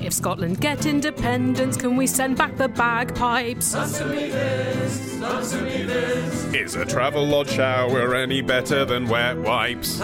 if Scotland get independence, can we send back the bagpipes? Is a travel lodge shower any better than wet wipes?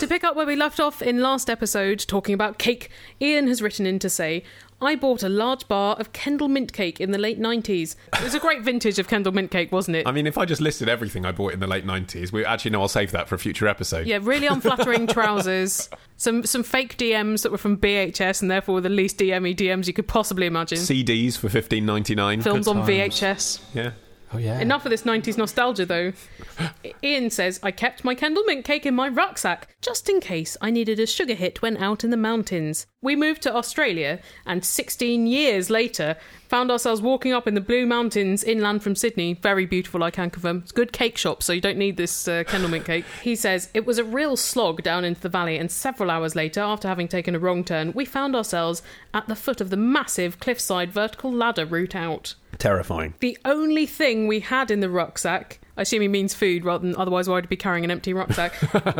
To pick up where we left off in last episode, talking about cake, Ian has written in to say, I bought a large bar of Kendall mint cake in the late 90s. It was a great vintage of Kendall mint cake, wasn't it? I mean, if I just listed everything I bought in the late 90s, we actually know I'll save that for a future episode. yeah, really unflattering trousers. Some some fake DMs that were from BHS and therefore were the least DME DMs you could possibly imagine. CDs for 15.99. Films on times. VHS. Yeah. Oh yeah. Enough of this 90s nostalgia, though. I- Ian says, I kept my Kendall mint cake in my rucksack just in case I needed a sugar hit when out in the mountains. We moved to Australia and 16 years later found ourselves walking up in the Blue Mountains inland from Sydney. Very beautiful, I can confirm. It's a good cake shop, so you don't need this uh, Kendall mint cake. He says, It was a real slog down into the valley, and several hours later, after having taken a wrong turn, we found ourselves at the foot of the massive cliffside vertical ladder route out. Terrifying. The only thing we had in the rucksack, I assume he means food rather than otherwise why would I be carrying an empty rucksack,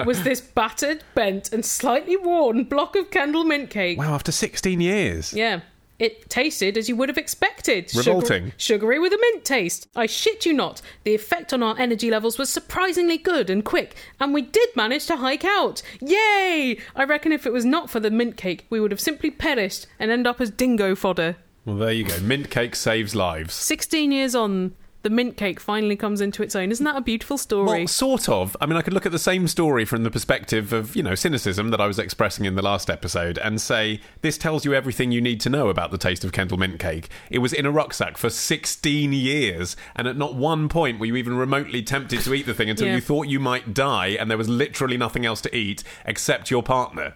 was this battered, bent, and slightly worn block of Kendall mint cake. Wow, after 16 years. Yeah. It tasted as you would have expected. Sugar- Revolting. sugary with a mint taste. I shit you not. The effect on our energy levels was surprisingly good and quick, and we did manage to hike out. Yay! I reckon if it was not for the mint cake, we would have simply perished and end up as dingo fodder. Well, there you go. Mint cake saves lives. 16 years on, the mint cake finally comes into its own. Isn't that a beautiful story? Well, sort of. I mean, I could look at the same story from the perspective of, you know, cynicism that I was expressing in the last episode and say, this tells you everything you need to know about the taste of Kendall mint cake. It was in a rucksack for 16 years, and at not one point were you even remotely tempted to eat the thing until Yeah. you thought you might die and there was literally nothing else to eat except your partner.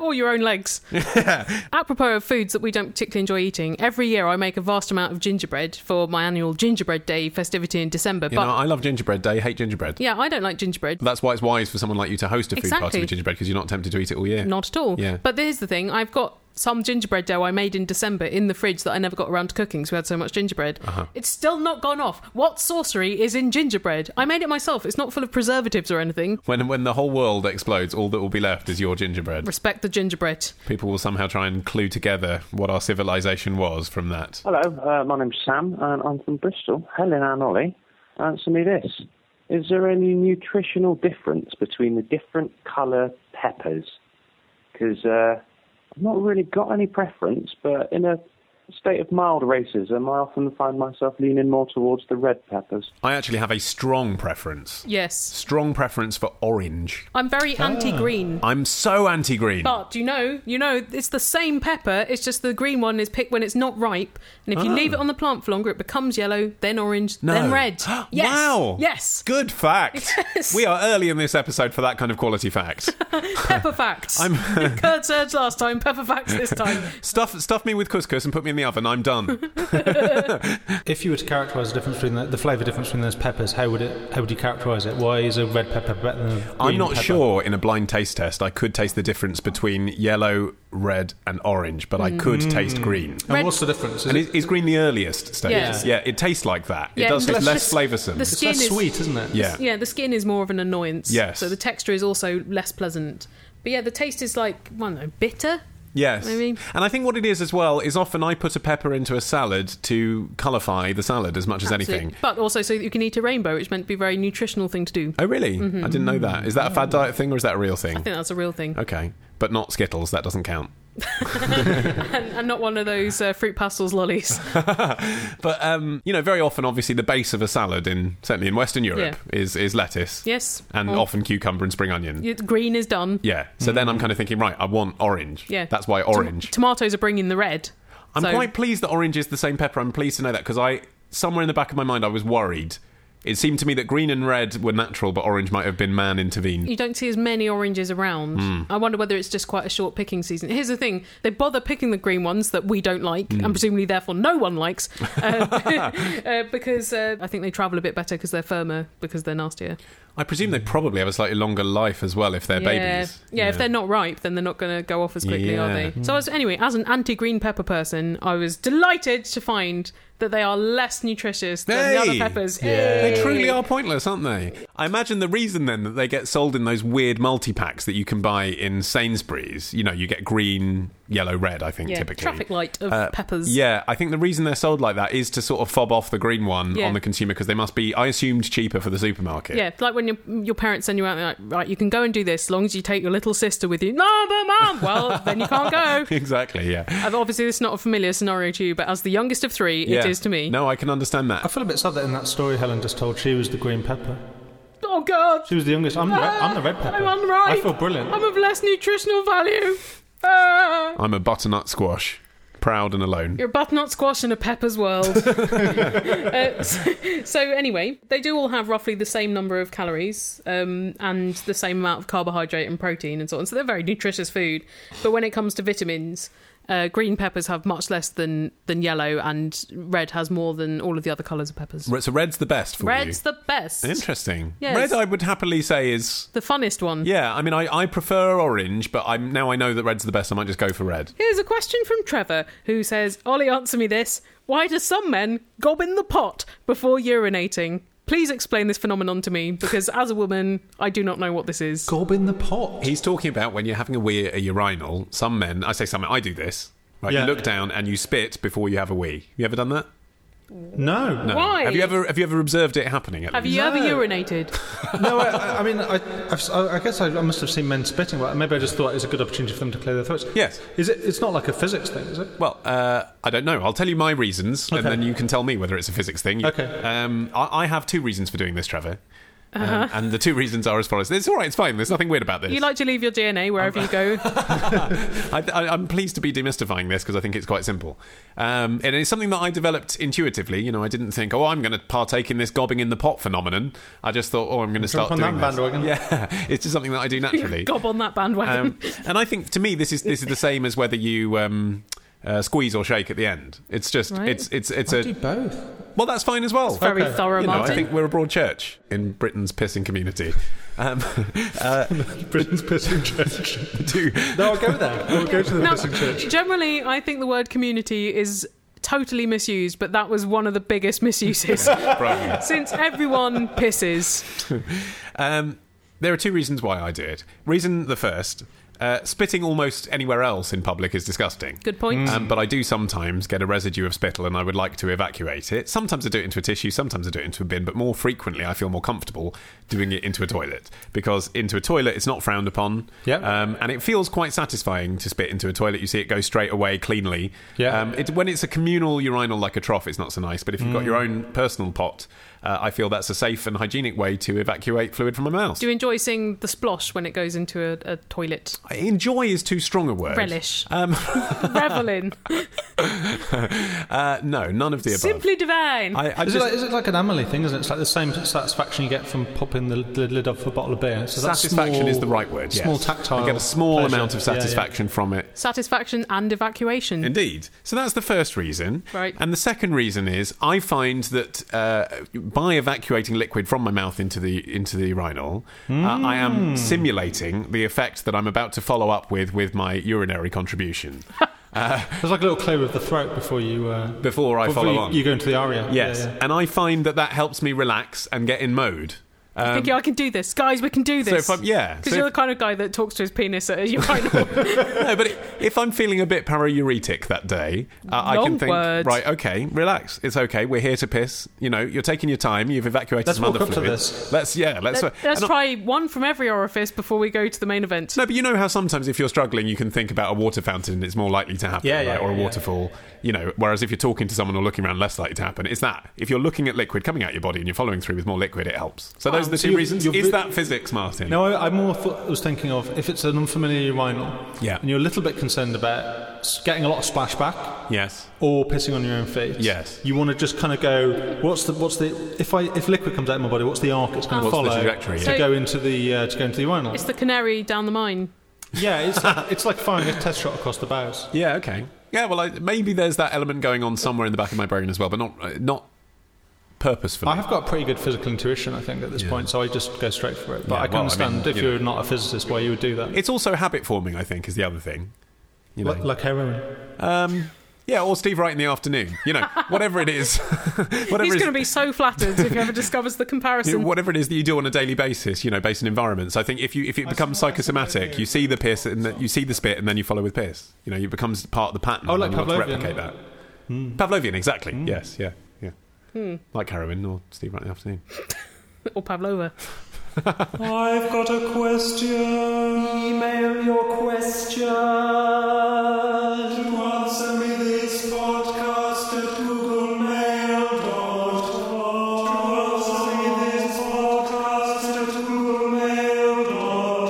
or your own legs. Apropos of foods that we don't particularly enjoy eating, every year I make a vast amount of gingerbread for my annual Gingerbread Day festivity in December. You but know, I love gingerbread day, hate gingerbread. yeah, I don't like gingerbread. That's why it's wise for someone like you to host a food party Exactly. with gingerbread because you're not tempted to eat it all year. Not at all. Yeah. But here's the thing I've got some gingerbread dough I made in December in the fridge that I never got around to cooking because we had so much gingerbread. Uh-huh. It's still not gone off. What sorcery is in gingerbread? I made it myself. It's not full of preservatives or anything. When when the whole world explodes, all that will be left is your gingerbread. Respect the gingerbread. People will somehow try and clue together what our civilization was from that. Hello, uh, my name's Sam, and I'm from Bristol. Helen and Ollie, answer me this. Is there any nutritional difference between the different colour peppers? Because uh, I've not really got any preference, but in a state of mild racism, I often find myself leaning more towards the red peppers. I actually have a strong preference. Yes. Strong preference for orange. I'm very Ah. anti green. I'm so anti green. But you know, you know, it's the same pepper. It's just the green one is picked when it's not ripe, and if you leave it on the plant for longer, it becomes yellow, then orange, Ah. No. then red. yes. Wow. Yes. Good fact. Yes. We are early in this episode for that kind of quality fact. Pepper facts. I'm curd surge last time. Pepper facts this time. stuff stuff me with couscous and put me in the oven. I'm done. If you were to characterise the difference between the, the flavour difference between those peppers, how would it? How would you characterise it? Why is a red pepper better than a green I'm not pepper? sure in a blind taste test I could taste the difference between yellow, red, and orange, but I could Mm. taste green. And Red- what's the difference? Is And it, is, is green the earliest stage? Mm. Yeah. Yeah. it tastes like that. Yeah, it does the- taste the- less flavoursome. the it's less skin is- sweet, isn't it? yeah. Yeah, the skin is more of an annoyance. Yes. So the texture is also less pleasant. But yeah, the taste is like, well, no, bitter. Yes. Maybe. And I think what it is as well is often I put a pepper into a salad to colourify the salad as much as anything. Absolutely. But also so that you can eat a rainbow, which meant to be a very nutritional thing to do. Oh, really? I didn't know that. Is that a fad diet thing or is that a real thing? Mm-hmm. I think that's a real thing. Okay. But not Skittles. That doesn't count. And, and not one of those uh, fruit pastels lollies. But, um, you know, very often, obviously, the base of a salad, in certainly in Western Europe, is, is lettuce. Yes. And Or- often cucumber and spring onion. Oh. Yeah, Green is done. Yeah. So then I'm kind of thinking, right, I want orange. Yeah. That's why orange. Tomatoes are bringing the red. I'm so- quite pleased that orange is the same pepper. I'm pleased to know that because I, somewhere in the back of my mind, I was worried. It seemed to me that green and red were natural, but orange might have been man intervened. You don't see as many oranges around. Hmm. I wonder whether it's just quite a short picking season. Here's the thing they bother picking the green ones that we don't like, Hmm. and presumably therefore no one likes, uh, uh, because uh, I think they travel a bit better because they're firmer, because they're nastier. I presume they probably have a slightly longer life as well if they're yeah. babies. Yeah, if they're not ripe, then they're not going to go off as quickly, are Yeah. they? So, as, anyway, as an anti-green pepper person, I was delighted to find that they are less nutritious than the other Hey! peppers. Yeah. They truly are pointless, aren't they? I imagine the reason then that they get sold in those weird multi packs that you can buy in Sainsbury's, you know, you get green, yellow, red, I think, Yeah, typically. traffic light of Uh, peppers. Yeah, I think the reason they're sold like that is to sort of fob off the green one Yeah. on the consumer because they must be, I assumed, cheaper for the supermarket. Yeah, it's like when your your parents send you out, they're like, right, you can go and do this as long as you take your little sister with you. No, but mum, well, then you can't go. exactly, yeah. And Obviously, this is not a familiar scenario to you, but as the youngest of three, Yeah. it is to me. No, I can understand that. I feel a bit sad that in that story Helen just told, she was the green pepper. Oh God, She was the youngest. I'm, the, red, I'm the red pepper. I'm unripe. I feel brilliant. I'm of less nutritional value. Ah. I'm a butternut squash, proud and alone. You're a butternut squash in a pepper's world. Uh, so, so anyway, they do all have roughly the same number of calories um, and the same amount of carbohydrate and protein and so on. So they're very nutritious food. But when it comes to vitamins, uh, green peppers have much less than than yellow, and red has more than all of the other colours of peppers. Re- So red's the best for Red's you. the best, Interesting. Yes. Red, I would happily say is the funnest one. yeah. I mean, I, I prefer orange, but I'm now I know that red's the best. I might just go for red. Here's a question from Trevor, who says, Ollie, answer me this. Why do some men gob in the pot before urinating? Please explain this phenomenon to me, because as a woman, I do not know what this is. Gob in the pot. He's talking about when you're having a wee at a urinal. Some men, I say some men, I do this. Right, Yeah. you look down and you spit before you have a wee. You ever done that? No, no. Why? Have you ever have you ever observed it happening? At Have least? you ever No. urinated? no, I- I, I mean, I, I've, I guess I, I must have seen men spitting, but maybe I just thought it was a good opportunity for them to clear their throats. Yes. Is it? It's not like a physics thing, is it? Well, uh, I don't know. I'll tell you my reasons, and Okay. then you can tell me whether it's a physics thing. You- Okay. Um, I, I have two reasons for doing this, Trevor. Um, and the two reasons are as follows. It's all right. It's fine. There's nothing weird about this. Uh-huh. You like to leave your DNA wherever you go. Um, I, I, I'm pleased to be demystifying this because I think it's quite simple. Um, and it's something that I developed intuitively. You know, I didn't think, oh, I'm going to partake in this gobbing in the pot phenomenon. I just thought, oh, I'm going to Jump start on doing that this. bandwagon. Yeah, it's just something that I do naturally. gob on that bandwagon. Um, and I think to me this is this is the same as whether you um, uh, squeeze or shake at the end. It's just Right. it's it's it's I a do both. well that's fine as well. Very okay. thorough, You know, Martin. I think we're a broad church in Britain's pissing community. Um, Britain's pissing church. do- no, I'll go there. We'll go to the Now, pissing church. generally, I think the word community is totally misused, but that was one of the biggest misuses. Right. Since everyone pisses. Um, there are two reasons why I do it. Reason the first. Uh, spitting almost anywhere else in public is disgusting. Good Mm. point. Um, but I do sometimes get a residue of spittle and I would like to evacuate it. Sometimes I do it into a tissue, sometimes I do it into a bin, but more frequently I feel more comfortable doing it into a toilet because into a toilet it's not frowned upon. Yeah. Um, and it feels quite satisfying to spit into a toilet. You see it go straight away cleanly. Yeah. Um, it, when it's a communal urinal like a trough, it's not so nice, but if you've got Mm. your own personal pot, uh, I feel that's a safe and hygienic way to evacuate fluid from my mouth. Do you enjoy seeing the splosh when it goes into a, a toilet? Enjoy is too strong a word. Relish. Um, Revel in. uh, no, none of the above. Simply divine. I, I Is just, it, like, is it like an Amelie thing, isn't it? It's like the same satisfaction you get from popping the lid lid off a bottle of beer. So that's satisfaction small- is the right word. Yes. Small tactile. You get a small pleasure. amount of Yeah, yeah. satisfaction from it. Satisfaction and evacuation. Indeed. So that's the first reason. Right. And the second reason is I find that uh, by evacuating liquid from my mouth into the into the urinal, Hmm. uh, I am simulating the effect that I'm about to follow up with with my urinary contribution There's like a little clear of the throat before you. Uh, before I before follow you, on. you go into the aria. yes. Yeah, yeah. And I find that that helps me relax and get in mode. I think, yeah, I can do this. Guys, we can do um, So this. if I'm, yeah. Because So you're if- the kind of guy that talks to his penis at a urinal. no, but i- if I'm feeling a bit paruretic that day, uh, I can Long think, word. right, okay, relax. It's okay. We're here to piss. You know, you're taking your time. You've evacuated Let's some other walk up to fluids. this. Let's, yeah, let's. Let's and I- try one from every orifice before we go to the main event. no, but you know how sometimes if you're struggling, you can think about a water fountain; it's more likely to happen, Yeah, right? yeah, or a yeah, yeah. waterfall. You know, whereas if you're talking to someone or looking around, less likely to happen. It's that if you're looking at liquid coming out your body and you're following through with more liquid, it helps. So those Wow. are the Um, So 2 you've- reasons. you've Is re- that physics, Martin? No, I, I more thought, was thinking of if it's an unfamiliar urinal, Yeah. and you're a little bit concerned about s- getting a lot of splashback Yes. or pissing on your own feet. Yes. you want to just kind of go. What's the what's the if I if liquid comes out of my body, what's the arc it's going to What's the follow trajectory, to yeah. go into the uh, to go into the urinal? It's the canary down the mine. yeah, it's like, it's like firing a test shot across the bows. Yeah. Okay. Yeah. Well, I, maybe there's that element going on somewhere in the back of my brain as well, but not uh, not purposefully. I have got pretty good physical intuition, I think, at this Yeah. point, so I just go straight for it. But Yeah, I can well, I understand mean, if you know. you are not a physicist why you would do that. It's also habit forming, I think, is the other thing. You know, like, like heroin. um, yeah, or Steve Wright in the afternoon. You know, whatever it is, whatever He's is- going to be so flattered if he ever discovers the you comparison. know, whatever it is that you do on a daily basis, you know, based on environments. I think if you if it becomes psychosomatic, you see the piss and the, you see the spit, and then you follow with piss. You know, it becomes part of the pattern. Oh, and like you want to Pavlovian. replicate that. Pavlovian, exactly. Yes, yeah, yeah. Like heroin or Steve Wright in the afternoon. or Pavlova. I've got a question. Email your question. To answer me this podcast at googlemail.com. To answer me this podcast at googlemail.com.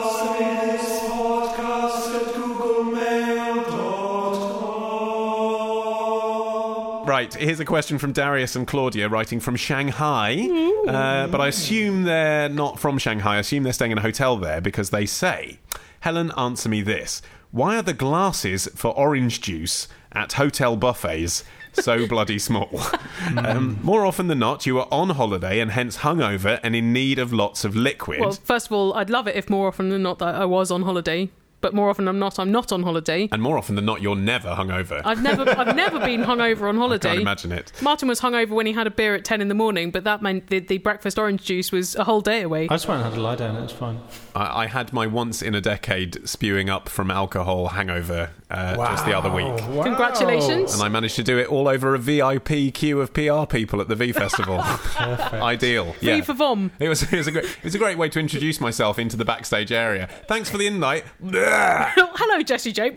To answer me this podcast at googlemail.com. Right, here's a question from Darius and Claudia, writing from Shanghai. Uh, but I assume they're not from Shanghai. I assume they're staying in a hotel there because they say, Helen, answer me this. Why are the glasses for orange juice at hotel buffets so bloody small? um, more often than not, you are on holiday and hence hungover and in need of lots of liquid. Well, first of all, I'd love it if more often than not that I was on holiday, but more often than not, I'm not on holiday. and more often than not, you're never hungover. I've never, I've never been hungover on holiday. Can't imagine it. Martin was hungover when he had a beer at ten in the morning, but that meant the, the breakfast orange juice was a whole day away. Oh. I just went and had a lie down, it was fine. I, I had my once in a decade spewing up from alcohol hangover uh, just the other week. Congratulations! And I managed to do it all over a VIP queue of PR people at the V Festival. Ideal. Yeah. for vom. It was, it, was a great, it was a great way to introduce myself into the backstage area. Thanks for the invite. Blah. Oh, hello, Jesse J.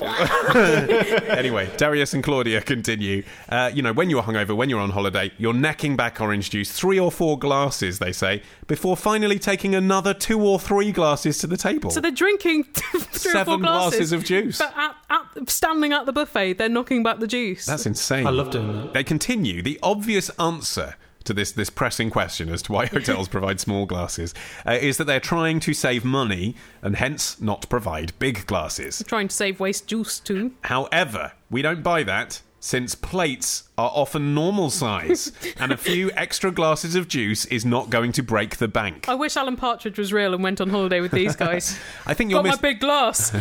anyway, Darius and Claudia continue. Uh, you know, when you're hungover, when you're on holiday, you're necking back orange juice, three or four glasses, they say, before finally taking another two or three glasses to the table. so they're drinking three or four Seven glasses, glasses of juice. But at, at, standing at the buffet, they're knocking back the juice. That's insane. I love doing that. They continue. The obvious answer to this, this pressing question as to why hotels provide small glasses uh, is that they're trying to save money and hence not provide big glasses. Trying to save waste juice too. However, we don't buy that since plates are often normal size and a few extra glasses of juice is not going to break the bank. Oh, I wish Alan Partridge was real and went on holiday with these guys. I think you're Got mis- my big glass.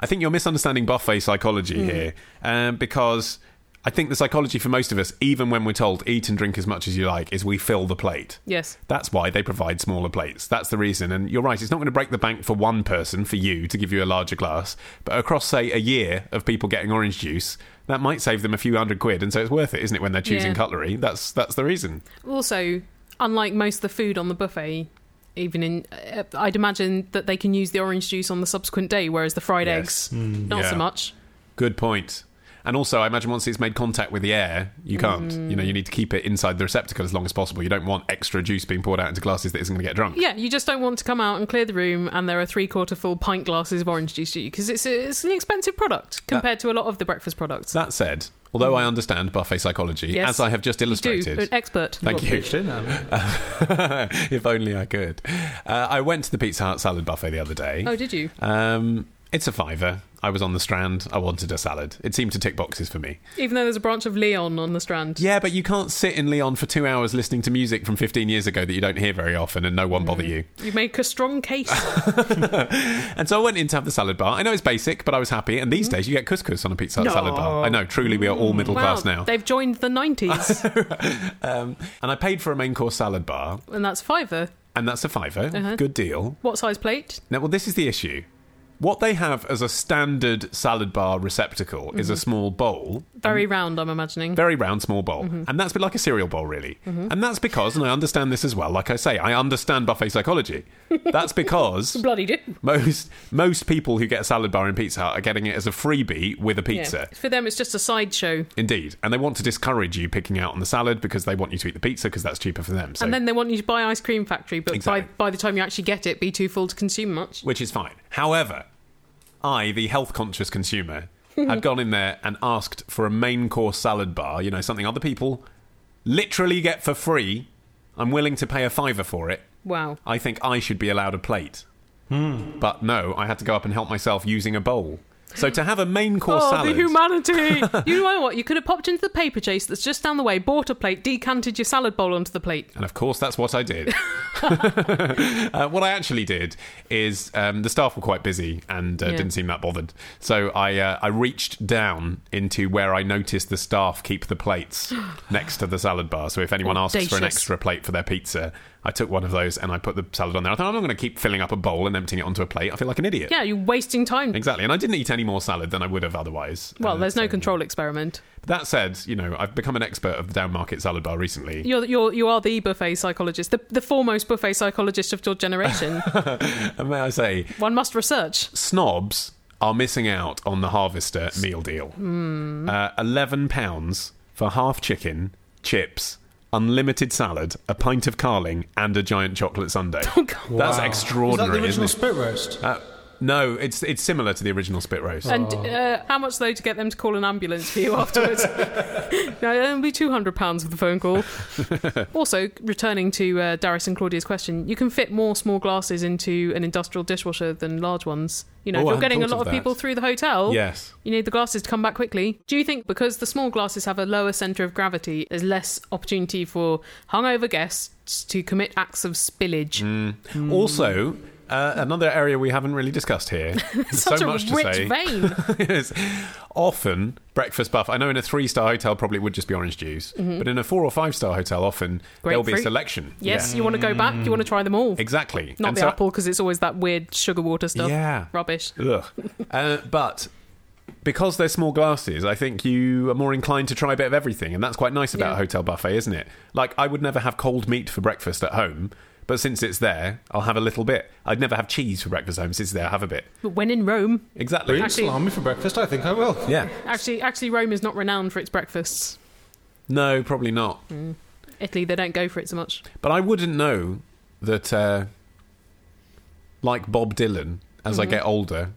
I think you're misunderstanding buffet psychology Hmm. here, um, because I think the psychology for most of us, even when we're told eat and drink as much as you like, is we fill the plate. Yes. That's why they provide smaller plates. That's the reason. And you're right, it's not going to break the bank for one person, for you, to give you a larger glass. But across, say, a year of people getting orange juice, that might save them a few hundred quid. And so it's worth it, isn't it, when they're choosing Yeah. cutlery? That's, that's the reason. Also, unlike most of the food on the buffet, even in, uh, I'd imagine that they can use the orange juice on the subsequent day, whereas the fried Yes. eggs, Mm. not Yeah. so much. Good point. And also, I imagine once it's made contact with the air, you can't. Mm. You know, you need to keep it inside the receptacle as long as possible. You don't want extra juice being poured out into glasses that isn't going to get drunk. Yeah, you just don't want to come out and clear the room and there are three quarter full pint glasses of orange juice to you because it's, a- it's an expensive product compared to a lot of the breakfast products. That said, although I understand buffet psychology, Mm. Yes, as I have just Do illustrated, an expert. Thank you. PhD now. if only I could. Uh, I went to the Pizza Hut salad buffet the other day. Oh, did you? Um, it's a fiver. I was on the strand. I wanted a salad. It seemed to tick boxes for me. Even though there's a branch of Leon on the Strand. Yeah, but you can't sit in Leon for two hours listening to music from 15 years ago that you don't hear very often and no one Mm. bother you. You make a strong case. And so I went in to have the salad bar. I know it's basic, but I was happy. And these days you get couscous on a Pizza Hut Mm. No. salad bar. I know, truly, we are all middle wow, class now. they've joined the 90s Um, and I paid for a main course salad bar, and that's Fiverr. and that's a fiver. Uh-huh. Good deal. What size plate? Now, well, this is the issue. What they have as a standard salad bar receptacle is Mm-hmm. a small bowl, Very round, I'm imagining. Um, very round, small bowl. Mm-hmm. And that's a bit like a cereal bowl, really. And that's because, and I understand this as well, like I say, I understand buffet psychology. That's because Bloody do. most most people who get a salad bar in Pizza Hut are getting it as a freebie with a pizza. Yeah. For them, it's just a sideshow. Indeed. And they want to discourage you picking out on the salad because they want you to eat the pizza because that's cheaper for them. So, And then they want you to buy Ice Cream Factory, but Exactly. by, by the time you actually get it, be too full to consume much. which is fine. However, I, the health conscious consumer, had gone in there and asked for a main course salad bar, you know, something other people literally get for free. I'm willing to pay a fiver for it. Wow. I Hmm. think I should be allowed a plate. But no, I had to go up and help myself using a bowl. So to have a main course Oh, the salad. humanity! you know what? You could have popped into the paper chase that's just down the way, bought a plate, decanted your salad bowl onto the plate. And of course, that's what I did. uh, what I actually did is um, the staff were quite busy and uh, Yeah. didn't seem that bothered. So I uh, I reached down into where I noticed the staff keep the plates next to the salad bar. So if anyone asks for an Audacious. extra plate for their pizza, I took one of those and I put the salad on there. I thought I'm not going to keep filling up a bowl and emptying it onto a plate. I feel like an idiot. Yeah, you're wasting time. Exactly, and I didn't eat any more salad than I would have otherwise. Well, Uh, there's no so- control experiment. That said, you know, I've become an expert of the down market salad bar recently. You're, you're, you are the buffet psychologist, the, the foremost buffet psychologist of your generation. And may I say, One must research. snobs are missing out on the harvester meal deal. Uh, Eleven pounds for half chicken, chips, unlimited salad, a pint of carling, and a giant chocolate sundae. That's Wow. extraordinary, Is that the isn't original it? spit roast? uh, no, it's it's similar to the original spit roast. And uh, how much though to get them to call an ambulance for you afterwards? no, it'll be two hundred pounds for the phone call. also, returning to uh, Darius and Claudia's question, you can fit more small glasses into an industrial dishwasher than large ones. You know, Oh, if I you're hadn't getting a thought lot of of, that. people through the hotel, Yes. you need the glasses to come back quickly. Do you think because the small glasses have a lower centre of gravity, there's less opportunity for hungover guests to commit acts of spillage? Mm, Also. Uh, another area we haven't really discussed here. There's Such so a much to rich say. vein. is often breakfast buff. I know in a three star hotel probably it would just be orange juice, but in a four or five star hotel often there'll be a Grapefruit. selection. Yes, Yeah. Mm. you want to go back. You want to try them all. exactly. Not And the so- apple because it's always that weird sugar water stuff. Yeah. Rubbish. Ugh. uh, but because they're small glasses, I think you are more inclined to try a bit of everything, and that's quite nice about Yeah. a hotel buffet, isn't it? Like I would never have cold meat for breakfast at home. But since it's there, I'll have a little bit. I'd never have cheese for breakfast at home. Since it's there, I'll have a bit. But when in Rome, Exactly. Green Actually- salami for breakfast. I think I will. Yeah. actually, actually, Rome is not renowned for its breakfasts. No, probably not. Mm. Italy, they don't go for it so much. But I wouldn't know that, uh, like Bob Dylan, as Mm-hmm. I get older,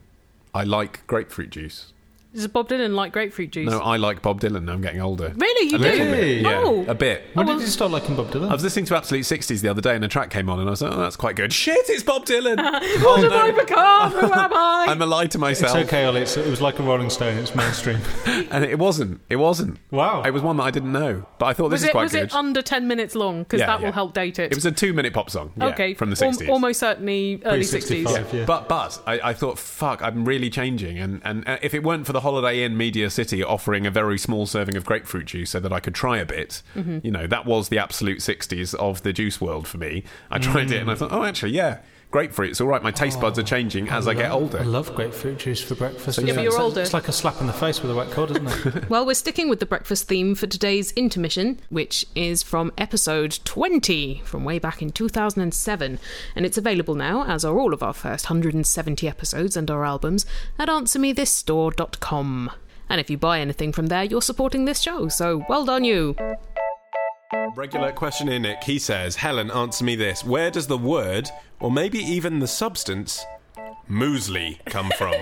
I like grapefruit juice. Does Bob Dylan like grapefruit juice? No, I like Bob Dylan. now I'm getting older. Really, you A little do? bit, yeah, Oh. a bit. Oh, When did well- you start liking Bob Dylan? I was listening to Absolute 60s the other day and a track came on and I was like, oh, that's quite good. Shit, it's Bob Dylan! What oh, have I no. become? Who am I? I'm a lie to it's myself. okay, Ollie. It's, it was like a Rolling Stone. It's mainstream. And it wasn't. It wasn't. Wow. It was one that I didn't know. But I thought this was is it quite was good. it under ten minutes long? Because Yeah, that yeah. will help date it. It was a two minute pop song. yeah, okay From the Al- 60s. almost certainly early sixties. 65. Yeah. But but I, I thought, fuck, I'm really changing. And, and uh, if it weren't for the Holiday Inn Media City offering a very small serving of grapefruit juice so that I could try a bit, you know, that was the absolute 60s of the juice world for me. I tried it and I thought, oh, actually, yeah, grapefruit. It's all right. My taste buds are changing as I, get older. Mm. Oh, I love grapefruit juice for breakfast. Yeah, but you're it's, older. It's like a slap in the face with a wet cod, isn't it? Well, we're sticking with the breakfast theme for today's intermission, which is from episode 20 from way back in 2007. And it's available now, as are all of our first 170 episodes and our albums, at answermethisstore.com. And if you buy anything from there, you're supporting this show, so well done you! Regular question here, Nick. He says, Helen, answer me this. Where does the word, or maybe even the substance, muesli come from?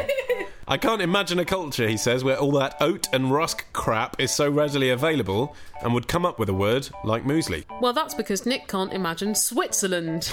I can't imagine a culture, he says, where all that oat and rusk crap is so readily available and would come up with a word like muesli. Well, that's because Nick can't imagine Switzerland,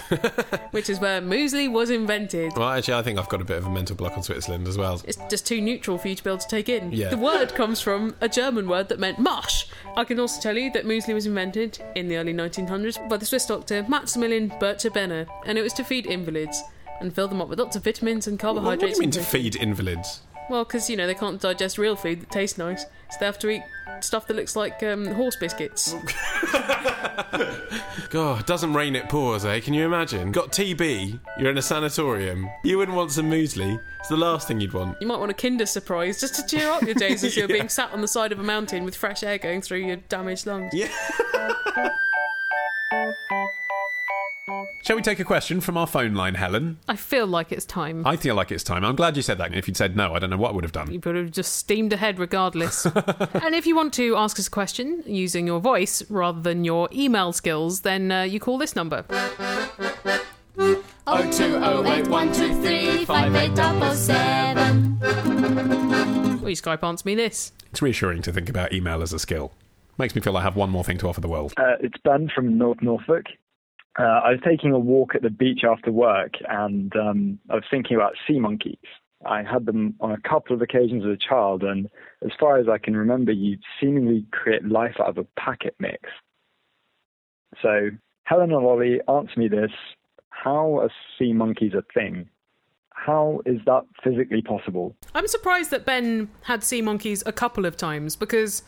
which is where muesli was invented. Well, actually, I think I've got a bit of a mental block on Switzerland as well. It's just too neutral for you to be able to take in. Yeah. The word comes from a German word that meant marsh. I can also tell you that muesli was invented in the early 1900s by the Swiss doctor Maximilian Bircher Benner, and it was to feed invalids and fill them up with lots of vitamins and What do carbohydrates. you mean to and- feed invalids? well, because you know they can't digest real food that tastes nice, so they have to eat stuff that looks like um, horse biscuits. God, doesn't rain, it pours, eh? Can you imagine? Got TB, you're in a sanatorium. You wouldn't want some muesli. It's the last thing you'd want. You might want a Kinder Surprise just to cheer up your days as you're being sat on the side of a mountain with fresh air going through your damaged lungs. Shall we take a question from our phone line, Helen? I feel like it's time. I feel like it's time. I'm glad you said that. If you'd said no, I don't know what I would have done. You would have just steamed ahead regardless. and if you want to ask us a question using your voice rather than your email skills, then uh, you call this number. Oh two oh eight one two three five eight double seven. Or you Skype answer me this. It's reassuring to think about email as a skill. Makes me feel I have one more thing to offer the world. Uh, it's Ben from North Norfolk. Uh, I was taking a walk at the beach after work, and um, I was thinking about sea monkeys. I had them on a couple of occasions as a child, and as far as I can remember, you seemingly create life out of a packet mix. So, Helen and Ollie, answer me this how are sea monkeys a thing? How is that physically possible? I'm surprised that Ben had sea monkeys a couple of times because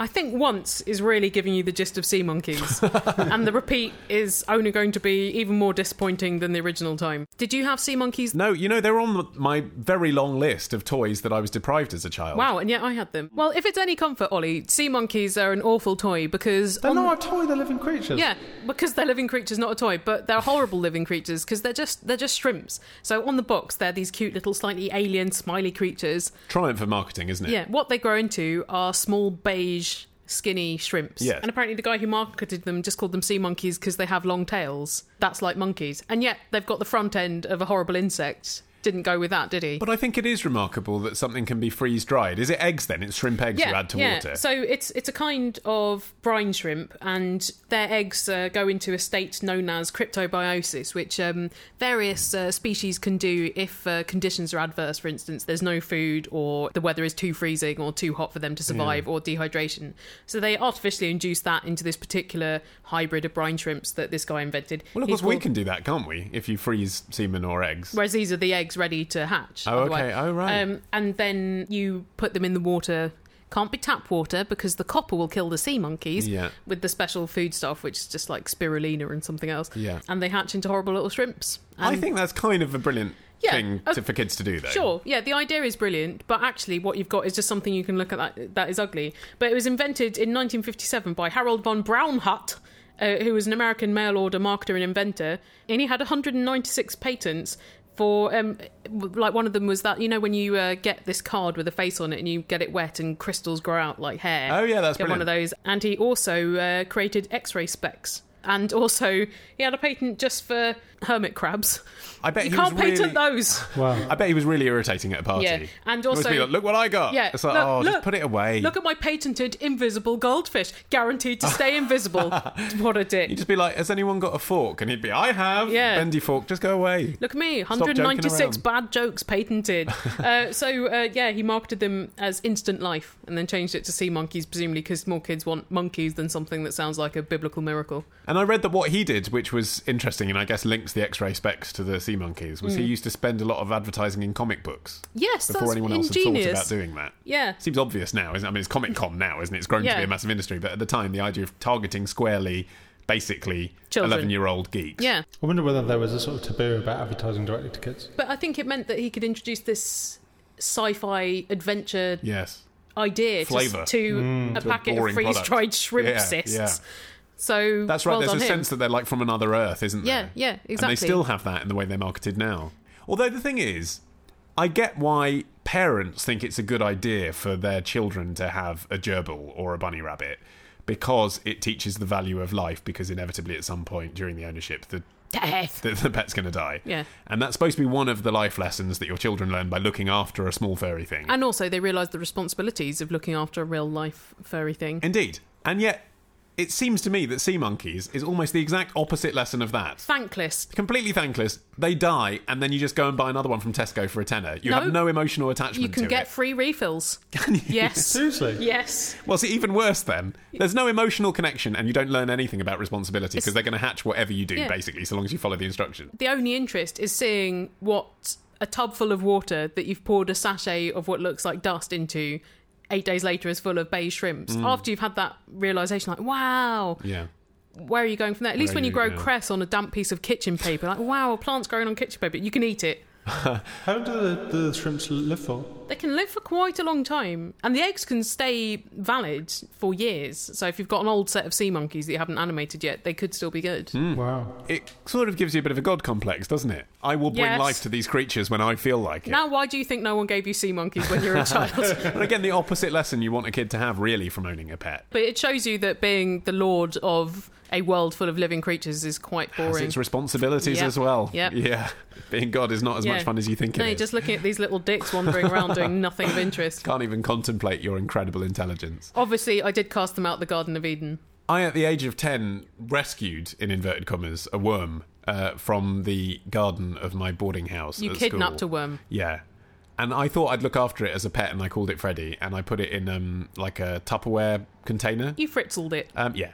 I think once is really giving you the gist of sea monkeys, and the repeat is only going to be even more disappointing than the original time. Did you have sea monkeys? No, you know, they're on the- my very long list of toys that I was deprived as a child. Wow, and yet I had them. Well, if it's any comfort, Ollie, sea monkeys are an awful toy because They're on- not a toy, they're living creatures. Yeah, because they're living creatures, not a toy, but they're horrible living creatures because they're just they're just shrimps. So on the box, they're these cute little, slightly alien, smiley creatures. Triumph of marketing, isn't it? Yeah, what they grow into are small beige, skinny shrimps. Yes. And apparently, the guy who marketed them just called them sea monkeys because they have long tails. That's like monkeys, and yet they've got the front end of a horrible insect. Didn't go with that, did he? But I think it is remarkable that something can be freeze dried. Is it eggs then? It's shrimp eggs you add to yeah. water. So it's it's a kind of brine shrimp, and their eggs uh, go into a state known as cryptobiosis, which um, various uh, species can do if uh, conditions are adverse. For instance, there's no food, or the weather is too freezing or too hot for them to survive, or dehydration. So they artificially induce that into this particular hybrid of brine shrimps that this guy invented. well, of He's course, we called- can do that, can't we? If you freeze semen or eggs. Whereas these are the eggs ready to hatch. Oh, otherwise. okay. Oh, right. Um, and then you put them in the water. Can't be tap water because the copper will kill the sea monkeys Yeah. with the special food stuff, which is just like spirulina and something else. Yeah. And they hatch into horrible little shrimps. I And- think that's kind of a brilliant um, Yeah, thing uh, to, for kids to do, though. Sure, yeah, the idea is brilliant, but actually, what you've got is just something you can look at that that is ugly. But it was invented in 1957 by Harold von Braunhut, uh, who was an American mail order marketer and inventor, and he had 196 patents. For um, like one of them was that you know when you uh, get this card with a face on it and you get it wet and crystals grow out like hair. Oh, yeah, that's get one of those. And he also uh, created X-ray specs. And also, he had a patent just for hermit crabs. I bet you he can't was patent really- those. Wow. I bet he was really irritating at a party. Yeah, and He must also- be like, look what I got. Yeah, It's like, oh, just put it away. Look at my patented invisible goldfish, guaranteed to stay invisible. what a dick! He'd just be like, has anyone got a fork? And he'd be, I have. Yeah. Bendy fork, just go away. Look at me, joking 196 around. bad jokes patented. uh, so uh, yeah, he marketed them as instant life, and then changed it to sea monkeys, presumably because more kids want monkeys than something that sounds like a biblical miracle. And I read that what he did, which was interesting and I guess links the X ray specs to the sea monkeys, was he used to spend a lot of advertising in comic books. Yes, Mm. Before that's anyone else ingenious. had thought about doing that. Yeah. Seems obvious now, isn't it? I mean, it's Comic Con now, isn't it? It's grown to Yeah. be a massive industry. But at the time, the idea of targeting squarely, basically, Children. 11 year old geeks. Yeah, I wonder whether there was a sort of taboo about advertising directly to kids. but I think it meant that he could introduce this sci-fi adventure Yes. idea to- Flavour. to a packet of Mm. boring product. freeze-dried shrimp Yeah, cysts. yeah. So That's right. well There's done a him. sense that they're like from another Earth, isn't Yeah, there? yeah, And they exactly. still have that in the way they're marketed now. Although the thing is, I get why parents think it's a good idea for their children to have a gerbil or a bunny rabbit because it teaches the value of life. Because inevitably, at some point during the ownership, the Death. the, the pet's going to die. Yeah. And that's supposed to be one of the life lessons that your children learn by looking after a small furry thing. And also, they realise the responsibilities of looking after a real life furry thing. Indeed. And yet, it seems to me that sea monkeys is almost the exact opposite lesson of that. Thankless. completely thankless. They die, and then you just go and buy another one from Tesco for a tenner. You No. have no emotional attachment You can to get it. free refills. Yes. Seriously? Yes. Well, see, even worse then, there's no emotional connection, and you don't learn anything about responsibility because they're going to hatch whatever you do, Yeah. basically, so long as you follow the instructions. The only interest is seeing what a tub full of water that you've poured a sachet of what looks like dust into eight days later is full of beige shrimps. Mm. After you've had that realisation, like, wow, Yeah. where are you going from there? At least Where when you- you grow yeah. cress on a damp piece of kitchen paper, like, wow, a plant's growing on kitchen paper, you can eat it. How do the, the shrimps live for? They can live for quite a long time, and the eggs can stay valid for years. So if you've got an old set of sea monkeys that you haven't animated yet, they could still be good. Hmm. Hmm. Wow. It sort of gives you a bit of a god complex, doesn't it? I will bring Yes. life to these creatures when I feel like it. Now, why do you think no one gave you sea monkeys when you were a child? But again, the opposite lesson you want a kid to have, really, from owning a pet. but it shows you that being the lord of a world full of living creatures is quite Has boring. its responsibilities Yep. as well. Yep. Yeah. Being God is not as Yeah. much fun as you think no, it you're is. just looking at these little dicks wandering around doing nothing of interest. Can't even contemplate your incredible intelligence. Obviously, I did cast them out the Garden of Eden. I, at the age of 10, rescued, in inverted commas, a worm uh, from the garden of my boarding house. You at kidnapped school. a worm. Yeah. and I thought I'd look after it as a pet, and I called it Freddy, and I put it in um, like a Tupperware container. You fritzled it. Um, yeah.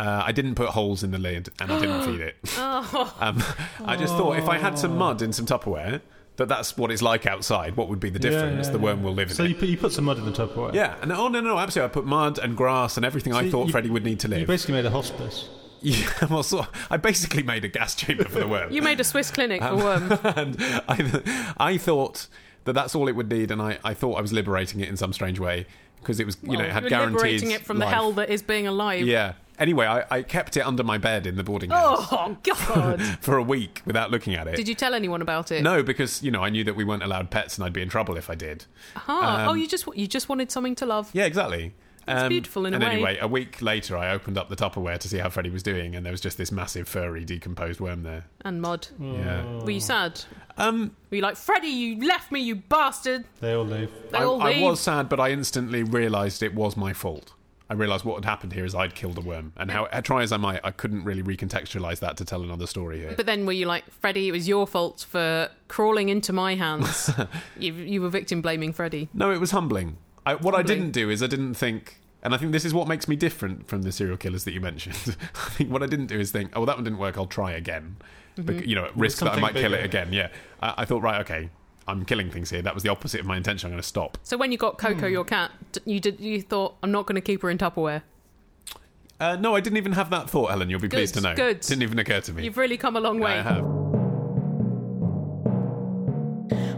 Uh, I didn't put holes in the lid, and I didn't feed it. Oh. um, I just thought if I had Oh. some mud in some Tupperware, that that's what it's like outside. What would be the difference? yeah, the yeah. worm will live in So it. you put, you put some mud in the Tupperware. yeah, and oh no, no, absolutely. I put mud and grass and everything I You- thought you- Freddy would need to You live. basically made a hospice. Yeah, well, so I basically made a gas chamber for the worm. You made a Swiss clinic Um, for worm. and I, I thought that that's all it would need, and I, I thought I was liberating it in some strange way because it was, you know, it had you were guaranteed liberating it from life. the hell that is being alive. Yeah. Anyway, I, I kept it under my bed in the boarding house Oh God! for a week without looking at it. Did you tell anyone about it? no, because you know I knew that we weren't allowed pets, and I'd be in trouble if I did. Ah, oh, you just you just wanted something to love. um, Yeah, exactly. It's beautiful in a and way. anyway, a week later, I opened up the Tupperware to see how Freddy was doing, and there was just this massive, furry, decomposed worm there. And mud. Yeah. Were you sad? Um, Were you like Freddy? You left me, you bastard! They all leave. They I, all I leave. was sad, but I instantly realised it was my fault. I realised what had happened here is I'd killed a worm, and how try as I might, I couldn't really recontextualise that to tell another story here. But then were you like Freddy? It was your fault for crawling into my hands. you you were victim blaming Freddy. No, it was humbling. I, what I Humbling. didn't do is I didn't think, and I think this is what makes me different from the serial killers that you mentioned. I think what I didn't do is think, oh, well, that one didn't work. I'll try again. Mm-hmm. Bec- you know, at risk that I something might kill bigger. it again. Yeah, I, I thought, right, okay, I'm killing things here. That was the opposite of my intention. I'm going to stop. So when you got Coco, Hmm. your cat, d- you did you thought I'm not going to keep her in Tupperware. Uh, no, I didn't even have that thought, Helen. You'll be pleased to Good, know. good. Didn't even occur to me. You've really come a long way. I have.